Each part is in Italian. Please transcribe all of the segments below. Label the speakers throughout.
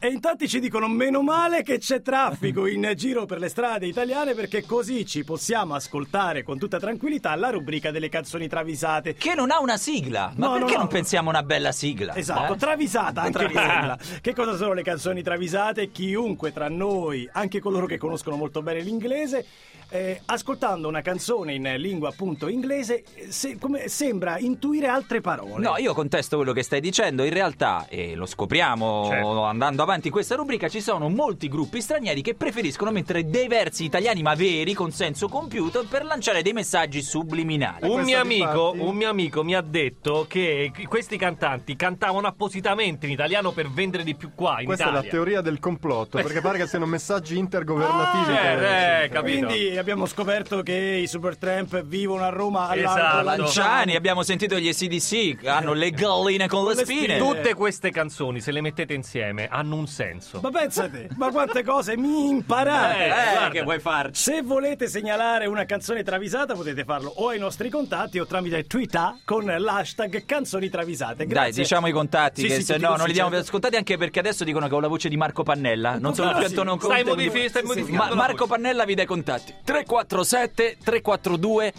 Speaker 1: E in tanti ci dicono meno male che c'è traffico in giro per le strade italiane perché così ci possiamo ascoltare con tutta tranquillità la rubrica delle canzoni travisate.
Speaker 2: Che non ha una sigla. Ma
Speaker 1: No, no,
Speaker 2: perché
Speaker 1: no.
Speaker 2: non pensiamo a una bella sigla?
Speaker 1: Esatto,
Speaker 2: eh?
Speaker 1: travisata anche di sigla. Che cosa sono le canzoni travisate? Chiunque tra noi, anche coloro che conoscono molto bene l'inglese, eh, ascoltando una canzone in lingua appunto inglese, eh, se- come- sembra intuire altre parole.
Speaker 2: No, io contesto quello che stai dicendo. In realtà, e lo scopriamo
Speaker 1: Certo.
Speaker 2: andando avanti in questa rubrica, ci sono molti gruppi stranieri che preferiscono mettere dei versi italiani ma veri, con senso compiuto, per lanciare dei messaggi subliminali.
Speaker 3: Un
Speaker 4: Eh, questo
Speaker 3: mio, amico,
Speaker 4: difatti-
Speaker 3: un mio amico mi ha detto che qu- questi cantanti cantavano appositamente in italiano per vendere di più qua in
Speaker 4: Questa è la
Speaker 3: Italia.
Speaker 4: teoria del complotto, perché pare che siano messaggi intergovernativi.
Speaker 3: Ah,
Speaker 4: che-
Speaker 3: eh, eh, capito.
Speaker 1: Quindi abbiamo scoperto che i Supertramp vivono a Roma
Speaker 3: Esatto.
Speaker 1: all'Arco
Speaker 2: Lanciani, abbiamo sentito gli SDC, hanno le galline con le
Speaker 1: le
Speaker 2: spine.
Speaker 1: spine.
Speaker 3: Tutte queste canzoni, se le mettete insieme, hanno un senso.
Speaker 1: Ma pensate, ma quante cose mi imparate!
Speaker 3: Eh, guarda.
Speaker 2: che vuoi farci?
Speaker 1: Se volete segnalare una canzone travisata potete farlo o ai nostri contatti o tramite Twitter con l'hashtag canzoni travisate. Grazie.
Speaker 2: Dai, diciamo i contatti,
Speaker 1: Sì,
Speaker 2: che
Speaker 1: sì,
Speaker 2: se
Speaker 1: tutti
Speaker 2: no
Speaker 1: così,
Speaker 2: non li diamo per
Speaker 1: certo.
Speaker 2: scontati, anche perché adesso dicono che ho la voce di Marco Pannella. Non sono più
Speaker 1: sì.
Speaker 2: Antonio Conte.
Speaker 3: Stai modifi- stai
Speaker 2: Ma-
Speaker 3: modificando la
Speaker 2: Marco
Speaker 3: voce.
Speaker 2: Pannella vi dà i contatti 347 342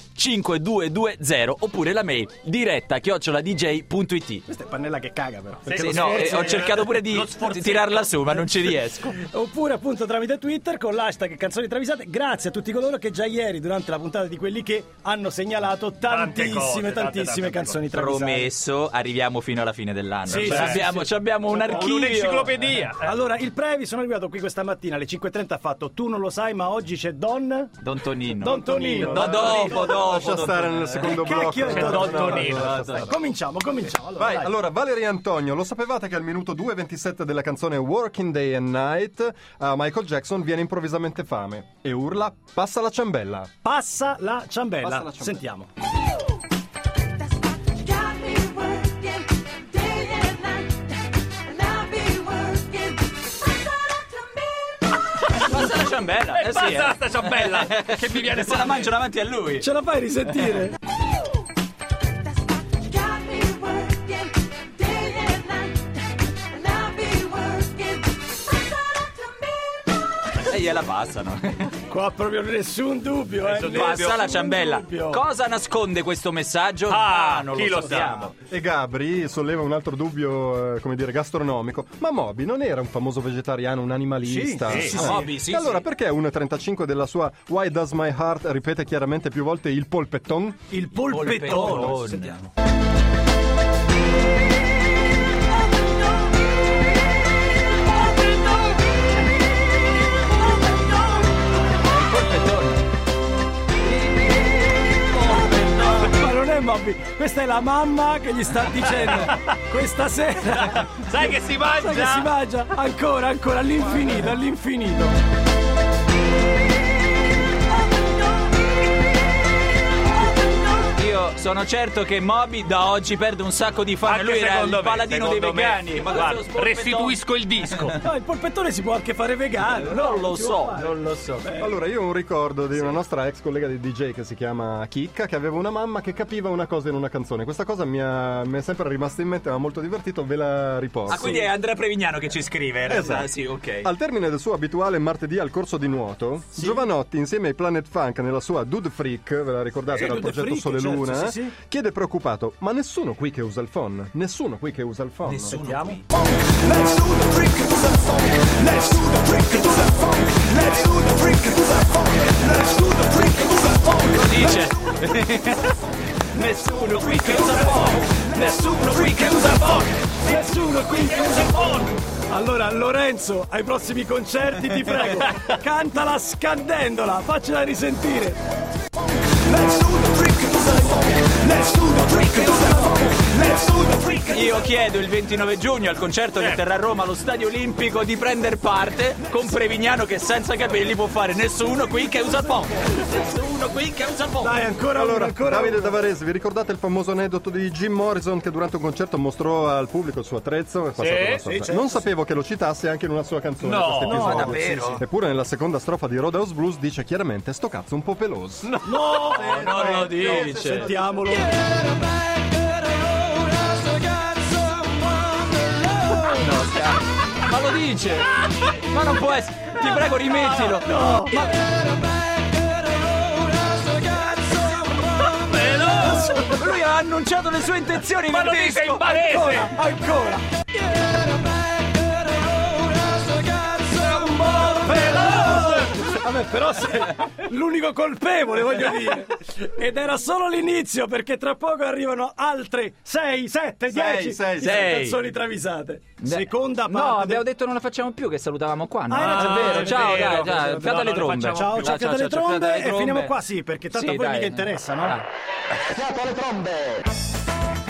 Speaker 2: 5220 oppure la mail diretta chioccioladj.it.
Speaker 1: Questa è pannella che caga però. perché
Speaker 2: Sì,
Speaker 1: lo
Speaker 2: no, eh,
Speaker 1: sforzo
Speaker 2: ho
Speaker 1: è-
Speaker 2: cercato pure di
Speaker 3: lo sforzetto.
Speaker 2: tirarla su, ma non ci riesco.
Speaker 1: Oppure appunto tramite Twitter con l'hashtag canzoni travisate. Grazie a tutti coloro che già ieri durante la puntata di quelli che hanno segnalato
Speaker 3: Tante
Speaker 1: tantissime
Speaker 3: cose, tante,
Speaker 1: tantissime
Speaker 3: tante
Speaker 1: canzoni travisate.
Speaker 2: Promesso, arriviamo fino alla fine dell'anno.
Speaker 1: Sì,
Speaker 2: Ci
Speaker 1: sì,
Speaker 2: abbiamo, ci abbiamo un archivio.
Speaker 3: Un'enciclopedia. Eh.
Speaker 1: Allora, il Previ sono arrivato qui questa mattina alle 5.30 ha fatto Tu non lo sai ma oggi c'è Don...
Speaker 2: Don Tonino.
Speaker 1: Don Tonino.
Speaker 2: No, dopo, dopo.
Speaker 4: Lascia
Speaker 2: Don
Speaker 4: stare
Speaker 2: Tonino.
Speaker 4: nel
Speaker 3: Eh,
Speaker 4: secondo
Speaker 1: Che
Speaker 4: blocco.
Speaker 1: cacchio è Don
Speaker 4: No, no, no,
Speaker 3: Tonino?
Speaker 4: lascia stare.
Speaker 1: Cominciamo, cominciamo. Allora,
Speaker 4: Vai,
Speaker 1: dai.
Speaker 4: allora Valeria Antonio, lo sapevate che al minuto 2.27 della canzone Working Day and Night a Michael Jackson viene improvvisamente fame e urla Passa la ciambella.
Speaker 1: Passa la ciambella.
Speaker 4: Passa la ciambella.
Speaker 1: Sentiamo.
Speaker 5: That's what got me working day and night, and I'll be working.
Speaker 2: Passa la ciambella. Eh, sì, eh.
Speaker 3: Basta sta ciambella che mi viene
Speaker 2: Se la mangiano davanti a lui.
Speaker 1: Ce la fai risentire?
Speaker 5: That's what got me working day and night, and I'll be working.
Speaker 2: E gliela passano.
Speaker 1: Qua proprio nessun dubbio, eh.
Speaker 3: Nessun
Speaker 2: Passa la ciambella.
Speaker 1: dubbio.
Speaker 2: Cosa nasconde questo messaggio?
Speaker 3: Ah,
Speaker 2: non
Speaker 3: chi
Speaker 2: lo
Speaker 3: lo
Speaker 2: sappiamo.
Speaker 4: E Gabri solleva un altro dubbio, eh, come dire, gastronomico. Ma Moby non era un famoso vegetariano, un animalista?
Speaker 3: Sì, sì,
Speaker 4: Ah.
Speaker 2: sì. Moby, sì,
Speaker 4: E allora
Speaker 2: sì.
Speaker 4: perché 1.35 della sua Why Does My Heart ripete chiaramente più volte il polpetton?
Speaker 1: Il polpettone.
Speaker 2: Polpettone.
Speaker 1: Sentiamo. Ma non è Moby, questa è la mamma che gli sta dicendo questa sera.
Speaker 3: Sai che si
Speaker 1: Sai che si
Speaker 3: mangia?
Speaker 1: mangia? Ancora, ancora, all'infinito, all'infinito.
Speaker 2: Io sono certo che Moby da oggi perde un sacco di fame.
Speaker 3: Anche
Speaker 2: Lui era
Speaker 3: secondo
Speaker 2: il
Speaker 3: me,
Speaker 2: paladino dei
Speaker 3: secondo me.
Speaker 2: vegani. Ma questo
Speaker 3: Guarda,
Speaker 2: è uno
Speaker 3: restituisco il disco.
Speaker 1: No, il polpettone si può anche fare vegano. No,
Speaker 2: Non lo
Speaker 1: si può
Speaker 2: so,
Speaker 1: fare.
Speaker 2: non lo so.
Speaker 4: Allora, io ho un ricordo di una nostra ex collega di DJ che si chiama Chicca, che aveva una mamma che capiva una cosa in una canzone. Questa cosa mi, ha- mi è sempre rimasta in mente, mi ha molto divertito, ve la riporto.
Speaker 2: Ah, quindi è Andrea Prevignano che ci scrive. in realtà.
Speaker 4: Esatto.
Speaker 2: Sì, ok.
Speaker 4: Al termine del suo abituale martedì al corso di nuoto, Giovanotti, insieme ai Planet Funk nella sua Dude Freak, ve la ricordate
Speaker 1: Sì,
Speaker 4: dal
Speaker 1: Eh, Dude
Speaker 4: progetto
Speaker 1: Freak,
Speaker 4: Sole
Speaker 1: certo,
Speaker 4: Luna,
Speaker 1: sì, sì.
Speaker 4: chiede preoccupato: Ma nessuno qui che usa il phone? Nessuno qui che usa il phone?
Speaker 2: Nessuno. Lo dice. Nessuno qui che usa fuoco. Nessuno qui che usa fuoco.
Speaker 1: Nessuno qui che usa phone. Allora, Lorenzo, ai prossimi concerti ti prego, cantala scandendola, faccela risentire.
Speaker 2: Io chiedo il 29 giugno al concerto che terrà a Roma allo Stadio Olimpico di prendere parte con Prevignano che senza capelli può fare nessuno qui che usa fuoco. Nessuno qui che usa fuoco.
Speaker 1: Dai, ancora uno,
Speaker 4: Allora,
Speaker 1: ancora
Speaker 4: Davide
Speaker 1: uno.
Speaker 4: Davarese, vi ricordate il famoso aneddoto di Jim Morrison che durante un concerto mostrò al pubblico il suo attrezzo? È passato la sua-
Speaker 1: sì, certo,
Speaker 4: non sapevo che lo citasse anche in una sua canzone.
Speaker 3: No,
Speaker 4: questo episodio.
Speaker 1: no,
Speaker 2: davvero?
Speaker 4: Sì, sì. Eppure nella seconda strofa di Roadhouse Blues dice chiaramente sto cazzo un po' peloso.
Speaker 1: No,
Speaker 2: non lo dice.
Speaker 1: sentiamolo.
Speaker 2: Ma lo lo dice? Ma non può essere. Ti prego, rimettilo. Ma... Lui ha annunciato le sue intenzioni
Speaker 3: Ma
Speaker 2: nel
Speaker 3: lo dite
Speaker 2: disco.
Speaker 3: in barese!
Speaker 1: Ancora! Vabbè, però sei l'unico colpevole, voglio dire. Ed era solo l'inizio, perché tra poco arrivano altre 6, 7,
Speaker 4: Sei,
Speaker 1: 10
Speaker 4: sei,
Speaker 2: sei.
Speaker 1: canzoni travisate.
Speaker 2: Beh,
Speaker 1: Seconda parte.
Speaker 2: No,
Speaker 1: del-
Speaker 2: abbiamo detto non la facciamo più, che salutavamo qua. No?
Speaker 1: Ah, hai ragione,
Speaker 2: è vero,
Speaker 1: è
Speaker 2: ciao,
Speaker 3: vero,
Speaker 2: dai,
Speaker 3: è vero,
Speaker 2: dai,
Speaker 3: no,
Speaker 2: fiata
Speaker 3: non
Speaker 2: le
Speaker 3: la
Speaker 2: trombe.
Speaker 3: facciamo
Speaker 1: Ciao,
Speaker 3: più.
Speaker 1: ciao, fiato alle
Speaker 2: ciao, fiato
Speaker 1: trombe
Speaker 2: alle
Speaker 1: e
Speaker 2: trombe.
Speaker 1: finiamo qua, sì, perché tanto
Speaker 2: Sì,
Speaker 1: a voi
Speaker 2: dai.
Speaker 1: mica interessa, no?
Speaker 2: Ah.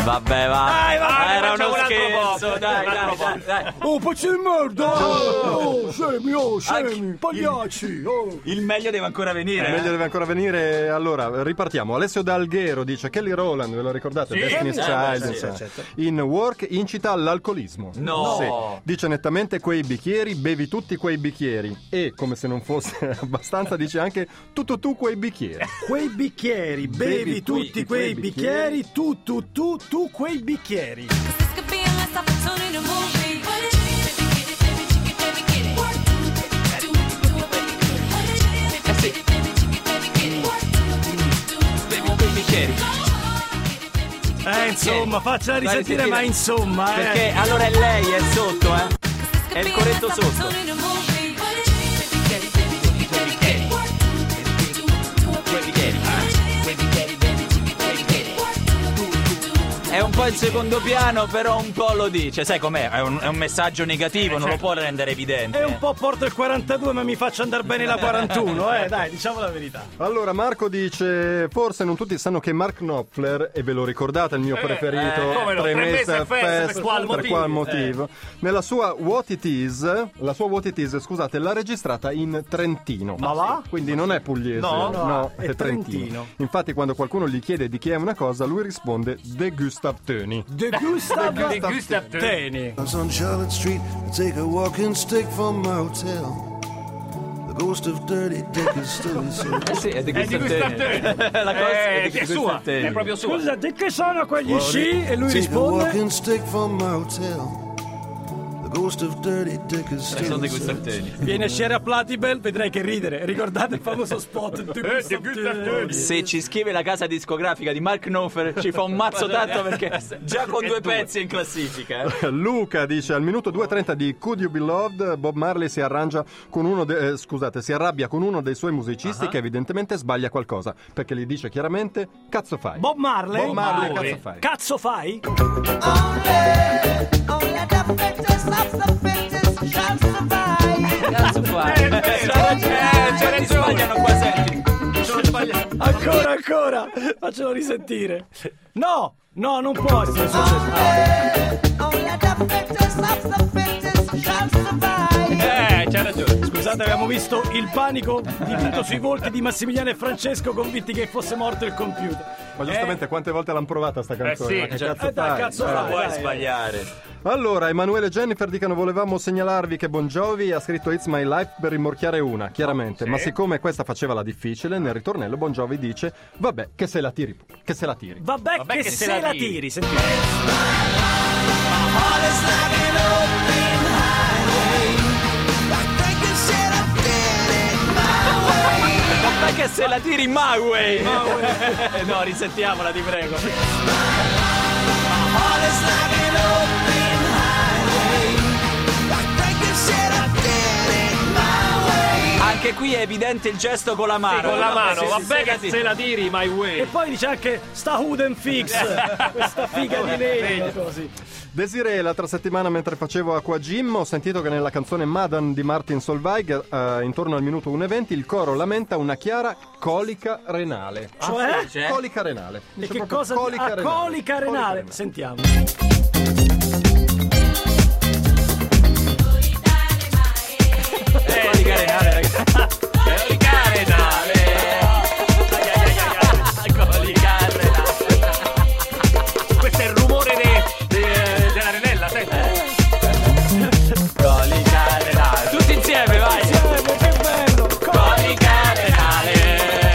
Speaker 2: Vabbè, va. Ah,
Speaker 3: Dai, va, ne
Speaker 2: Era
Speaker 3: facciamo
Speaker 2: uno
Speaker 3: un altro
Speaker 2: scherzo,
Speaker 3: po',
Speaker 2: dai,
Speaker 3: un
Speaker 2: dai,
Speaker 3: altro
Speaker 2: dai, dai.
Speaker 1: Oh, pezzi di merda! Oh, scemi, oh, scemi,
Speaker 2: Anche-
Speaker 1: pagliacci! Oh.
Speaker 2: Il meglio deve ancora venire. eh.
Speaker 4: Meglio deve ancora venire. Allora, ripartiamo. Alessio Dalghero dice Kelly Rowland, ve lo ricordate?
Speaker 3: Sì.
Speaker 4: Destiny's
Speaker 1: Eh,
Speaker 4: Child.
Speaker 1: sì,
Speaker 4: insomma.
Speaker 1: certo.
Speaker 4: In Work incita all'alcolismo.
Speaker 2: No.
Speaker 4: Sì. Dice nettamente quei bicchieri, bevi tutti quei bicchieri. E, come se non fosse abbastanza, dice anche tutto tu quei bicchieri.
Speaker 1: Quei bicchieri, bevi,
Speaker 4: Bevi tu-
Speaker 1: tutti quei bicchieri, tu, tu, tu, tu, quei bicchieri.
Speaker 6: This could be a last opportunity to move me. Baby, get it, baby, chick it, baby, get it. Do it, do it, baby, get it. Baby, get it, baby, chick it, baby, get it. Do it, do it,
Speaker 2: Bevi quei bicchieri.
Speaker 6: go hard. Get it, baby, chick it,
Speaker 1: Eh, insomma, faccia
Speaker 2: Dai,
Speaker 1: risentire,
Speaker 2: sentire.
Speaker 1: ma insomma, eh.
Speaker 2: Perché allora è lei, è sotto, eh. È il corretto sotto. È un po' il secondo piano, però un po' lo dice. Sai com'è? È un, è un messaggio negativo,
Speaker 3: Eh,
Speaker 2: non lo
Speaker 3: certo.
Speaker 2: può rendere evidente.
Speaker 1: È un po' porto il 42, ma mi faccia andare bene la 41, eh, dai, diciamo la verità.
Speaker 4: Allora, Marco dice: Forse non tutti sanno che Mark Knopfler, e ve lo ricordate, il mio preferito,
Speaker 3: eh, come no, Tre Mese Fest, per qual
Speaker 4: per
Speaker 3: motivo?
Speaker 4: qual motivo, nella sua What It Is, la sua What It Is, scusate, l'ha registrata in Trentino.
Speaker 1: Ma va?
Speaker 4: Quindi non è pugliese,
Speaker 1: No,
Speaker 4: no,
Speaker 1: no, è
Speaker 4: è, trentino.
Speaker 1: trentino.
Speaker 4: Infatti, quando qualcuno gli chiede di chi è una cosa, lui risponde: De Gustav Töni.
Speaker 1: De Gustav
Speaker 3: De Gustav Te- Eh,
Speaker 1: Teni.
Speaker 7: I was on Charlotte Street. I take a walking stick from my hotel. The ghost of Dirty Dick is still in sight.
Speaker 2: Eh sì, è di
Speaker 3: È di
Speaker 2: Gustav
Speaker 3: Gustav
Speaker 2: Teni.
Speaker 3: Teni.
Speaker 2: La cosa è
Speaker 3: Eh,
Speaker 2: di
Speaker 3: è
Speaker 2: Gustav
Speaker 3: sua,
Speaker 2: Teni.
Speaker 3: è proprio sua.
Speaker 1: Scusa, di che sono quegli sci? E lui
Speaker 7: Take a
Speaker 1: risponde...
Speaker 7: walking stick from my hotel. The ghost of Dirty Dick is still
Speaker 2: Sono di
Speaker 7: in
Speaker 2: Gustav
Speaker 7: sight.
Speaker 2: Teni.
Speaker 1: Viene a Sierra Platibel, vedrai che ridere. Ricordate il famoso spot? De Gustav
Speaker 3: Gustav
Speaker 1: Teni.
Speaker 2: Se ci scrive la casa discografica di Mark Knopfler ci fa un mazzo tanto perché già con due pezzi è in classifica. eh.
Speaker 4: Luca dice al minuto 2.30 di Could You Be Loved Bob Marley si arrangia con uno de- eh, scusate si arrabbia con uno dei suoi
Speaker 1: Ah.
Speaker 4: musicisti che evidentemente sbaglia qualcosa perché gli dice chiaramente cazzo fai
Speaker 1: Bob Marley?
Speaker 4: Bob Marley,
Speaker 3: Marley.
Speaker 4: cazzo fai
Speaker 1: Cazzo fai?
Speaker 2: Cazzo qua. Eh, c'è ragione. Sbagliano qua, senti.
Speaker 1: Ancora, ancora! Faccelo risentire. No! No, non può essere successo.
Speaker 3: Eh, c'è ragione.
Speaker 1: Scusate, abbiamo visto il panico dipinto sui volti di Massimiliano e Francesco convinti che fosse morto il computer.
Speaker 4: ma giustamente quante volte l'hanno provata sta canzone
Speaker 3: sì,
Speaker 4: Ma che
Speaker 3: cioè,
Speaker 4: cazzo
Speaker 1: eh, dai,
Speaker 4: fai?
Speaker 1: cazzo
Speaker 4: Eh.
Speaker 1: fai.
Speaker 2: Non puoi
Speaker 1: dai.
Speaker 2: sbagliare.
Speaker 4: allora Emanuele e Jennifer dicono volevamo segnalarvi che Bon Jovi ha scritto It's My Life per rimorchiare una
Speaker 1: Oh,
Speaker 4: chiaramente ma siccome questa faceva la difficile nel ritornello Bon Jovi dice vabbè che se la tiri pure, che se la tiri
Speaker 1: Vabbè,
Speaker 3: Vabbè
Speaker 1: che,
Speaker 3: che
Speaker 1: se,
Speaker 3: se
Speaker 1: la
Speaker 3: la
Speaker 1: tiri,
Speaker 3: tiri.
Speaker 1: sentite.
Speaker 2: Ma che se la tiri my way? no, risentiamola, ti prego. Anche qui è evidente il gesto con la mano.
Speaker 3: Con la mano,
Speaker 2: Sì, sì,
Speaker 3: vabbè
Speaker 2: sì,
Speaker 3: che
Speaker 2: sì.
Speaker 3: se la tiri, my
Speaker 1: E
Speaker 3: way.
Speaker 1: poi dice anche sta Huden Fix, questa figa di legno così.
Speaker 4: Desiree, l'altra settimana mentre facevo Aqua Gym, ho sentito che nella canzone Madan di Martin Solveig, eh, intorno al minuto 1.20, il coro lamenta una chiara colica renale.
Speaker 1: Cioè?
Speaker 2: Cioè?
Speaker 4: Colica renale.
Speaker 1: E
Speaker 4: Dice
Speaker 1: che
Speaker 4: proprio
Speaker 1: cosa
Speaker 4: colica
Speaker 1: ah,
Speaker 4: renale.
Speaker 1: colica renale.
Speaker 4: renale.
Speaker 1: Sentiamo.
Speaker 2: Eh, di carenale, ragazzi. Di carenale. Di carenale.
Speaker 3: Questo è il rumore de- de- della renella, senti.
Speaker 2: Di carenale. Tutti insieme, vai.
Speaker 1: che bello!
Speaker 2: Di carenale.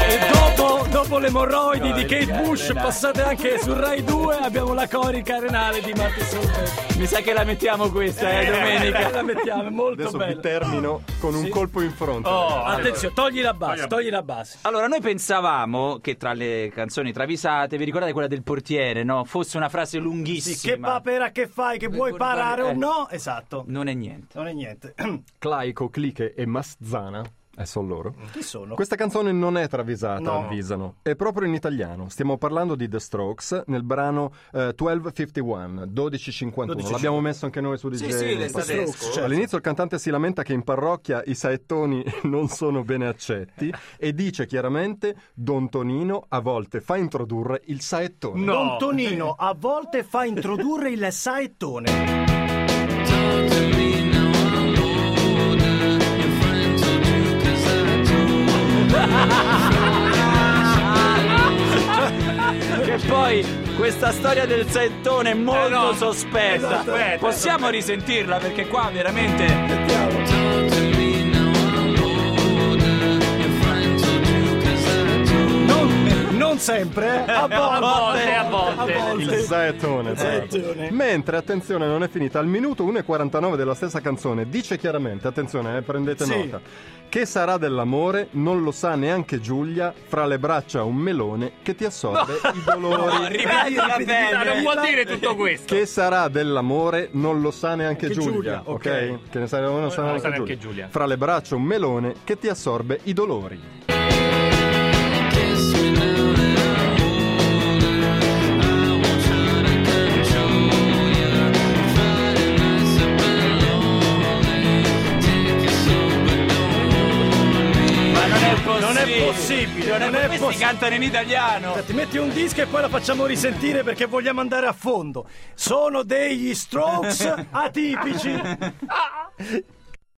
Speaker 1: E dopo, dopo le morroidi di Kate Bush Flash, passate anche su Rai 2, abbiamo la corica renale di Matti Solveig.
Speaker 2: Mi sa che la mettiamo questa, eh,
Speaker 1: Domenica,
Speaker 2: domenica.
Speaker 1: la mettiamo, è molto
Speaker 4: Adesso vi
Speaker 1: bella.
Speaker 4: termino con un colpo in fronte.
Speaker 1: Oh. Attenzione, togli la base, togli la base.
Speaker 2: Allora, noi pensavamo che tra le canzoni travisate, vi ricordate quella del portiere, no? Fosse una frase lunghissima.
Speaker 1: Sì, che papera che fai, che vuoi
Speaker 2: guardare-
Speaker 1: parare o
Speaker 2: eh.
Speaker 1: no? Esatto.
Speaker 2: Non è niente.
Speaker 1: Non è niente.
Speaker 4: Claico, Cliche e Mazzana, eh, sono loro.
Speaker 1: Chi sono?
Speaker 4: Questa canzone non è travisata,
Speaker 1: No.
Speaker 4: avvisano. È proprio in italiano. Stiamo parlando di The Strokes nel brano eh, 1251, 1251.
Speaker 1: 12.51.
Speaker 4: L'abbiamo messo anche noi su DJ.
Speaker 2: Sì, sì, le tedesco.
Speaker 1: Certo.
Speaker 4: Cioè, All'inizio il cantante si lamenta che in parrocchia i saettoni non sono bene accetti e dice chiaramente Don Tonino a volte fa introdurre il saettone.
Speaker 3: No.
Speaker 1: Don Tonino a volte fa introdurre il saettone.
Speaker 2: Che poi questa storia del settone è molto
Speaker 3: Eh, no.
Speaker 2: sospetta.
Speaker 3: Esatto. Aspetta,
Speaker 2: Possiamo risentirla perché qua veramente.
Speaker 1: Non, non sempre, eh. a
Speaker 3: A volte,
Speaker 1: volte.
Speaker 3: a volte.
Speaker 4: Il saettone, tra l'altro.
Speaker 1: Saettone.
Speaker 4: Mentre, attenzione, non è finita. Al minuto 1,49 della stessa canzone dice chiaramente, attenzione, eh, prendete
Speaker 1: Sì.
Speaker 4: nota, che sarà dell'amore non lo sa neanche Giulia, fra le braccia un melone che ti assorbe i dolori.
Speaker 2: No, ripetila
Speaker 3: Ma
Speaker 2: bene.
Speaker 3: non vuol dire tutto questo.
Speaker 4: Che sarà dell'amore non lo sa neanche
Speaker 1: Anche Giulia,
Speaker 4: Giulia, ok? Che ne sa, non lo sa
Speaker 3: Non lo
Speaker 4: neanche,
Speaker 3: sa neanche
Speaker 4: Giulia.
Speaker 3: Giulia.
Speaker 4: Fra le braccia un melone che ti assorbe i dolori.
Speaker 2: Ma non è possibile.
Speaker 1: Non è possibile,
Speaker 2: Non è-
Speaker 1: non è
Speaker 2: questi
Speaker 1: possi-
Speaker 2: cantano in italiano.
Speaker 1: Ti metti un disco e poi la facciamo risentire perché vogliamo andare a fondo. Sono degli strokes atipici.